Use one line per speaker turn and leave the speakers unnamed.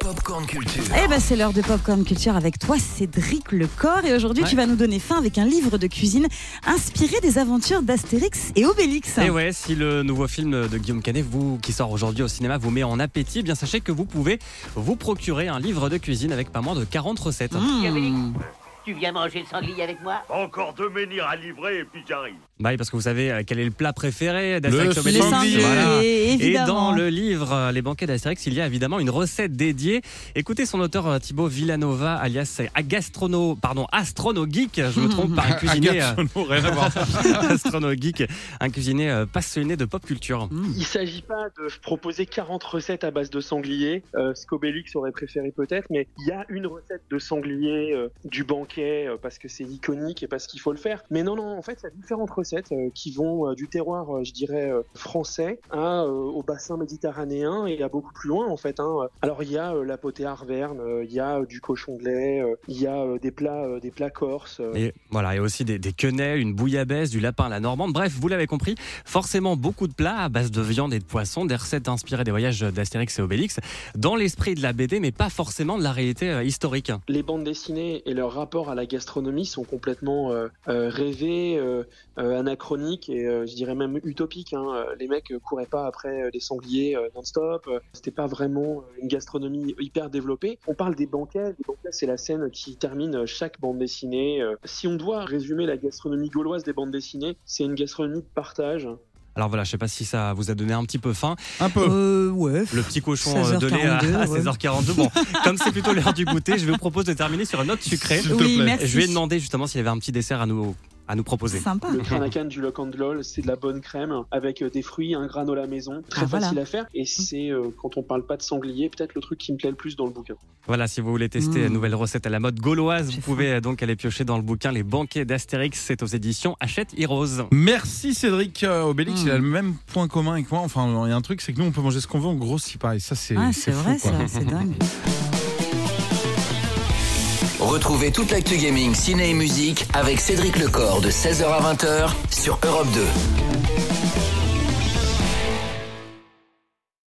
Popcorn Culture.
Eh ben c'est l'heure de Popcorn Culture avec toi Cédric Lecor et aujourd'hui
Ouais.
tu vas nous donner fin avec un livre de cuisine inspiré des aventures d'Astérix et Obélix.
Et Eh ouais, si le nouveau film de Guillaume Canet, vous qui sort aujourd'hui au cinéma, vous met en appétit, eh bien sachez que vous pouvez vous procurer un livre de cuisine avec pas moins de 40 recettes.
Mmh.
Tu viens manger le sanglier avec moi
Encore deux menhirs à livrer et puis j'arrive.
Bah oui, parce que vous savez euh, quel est le plat préféré
Le
d'Astérix
Les
Obélix.
sangliers,
Voilà. Et
évidemment.
dans le livre euh, Les banquets d'Astérix, il y a évidemment une recette dédiée. Écoutez son auteur euh, Thibaut Villanova, alias euh, Agastrono, pardon, Astrono Geek, je me trompe, par un cuisinier, euh,
Ah, rien à voir.
Astrono Geek, un cuisinier euh, passionné de pop culture.
Il s'agit pas de proposer 40 recettes à base de sanglier, euh, ce qu'Obélix aurait préféré peut-être, mais il y a une recette de sanglier euh, du banquet euh, parce que c'est iconique et parce qu'il faut le faire. Mais non, non, en fait, il y a différentes recettes euh, qui vont euh, du terroir, euh, je dirais, euh, français à, euh, au bassin méditerranéen et à beaucoup plus loin, en fait. hein. Alors, il y a euh, la potée arverne, euh, il y a euh, du cochon de lait, euh, il y a euh, des plats, euh, des plats corses. euh,
Et voilà, et aussi des, des quenelles, une bouillabaisse, du lapin à la normande. Bref, vous l'avez compris, forcément beaucoup de plats à base de viande et de poisson, des recettes inspirées des voyages d'Astérix et Obélix, dans l'esprit de la BD, mais pas forcément de la réalité euh, historique.
les bandes dessinées et leur rapport à la gastronomie sont complètement euh, euh, rêvés, euh, euh, anachroniques et euh, je dirais même utopiques. hein. Euh, Les mecs euh, couraient pas après euh, des sangliers euh, non-stop. Euh, C'était pas vraiment euh, une gastronomie hyper développée. On parle des banquets. Les banquets, c'est la scène qui termine euh, chaque bande dessinée. Euh, Si on doit résumer la gastronomie gauloise des bandes dessinées, c'est une gastronomie de partage.
Alors voilà, je sais pas si ça vous a donné un petit peu faim.
Un peu.
Euh, ouais.
Le petit cochon euh, de lait à,
16h42,
à
ouais.
16h42. Bon, comme c'est plutôt l'heure du goûter, je vous propose de terminer sur une note sucrée.
S'il te
Oui,
plaît.
merci.
Je lui ai demandé justement s'il avait un petit dessert à nous, à nous proposer.
Sympa.
Le crème à canne du Loc and Lol, c'est de la bonne crème avec euh, des fruits, un granola maison, très
Ah, voilà.
facile à faire. Et c'est euh, quand on parle pas de sanglier, peut-être le truc qui me plaît le plus dans le bouquin.
Voilà, si vous voulez tester la
Mm.
nouvelle recette à la mode gauloise,
J'ai
vous pouvez euh, donc aller piocher dans le bouquin Les banquets d'Astérix. C'est aux éditions Hachette Heroes.
Merci Cédric euh, Obélix,
Mm.
il a le même point commun avec moi. Enfin, il y a un truc, c'est que nous on peut manger ce qu'on veut, on grossit pas. Et ça, c'est
Ah,
c'est
c'est
fou,
vrai,
quoi.
ça, c'est dingue.
Retrouvez toute l'actu gaming, ciné et musique avec Cédric Lecor de 16h à 20h sur Europe 2.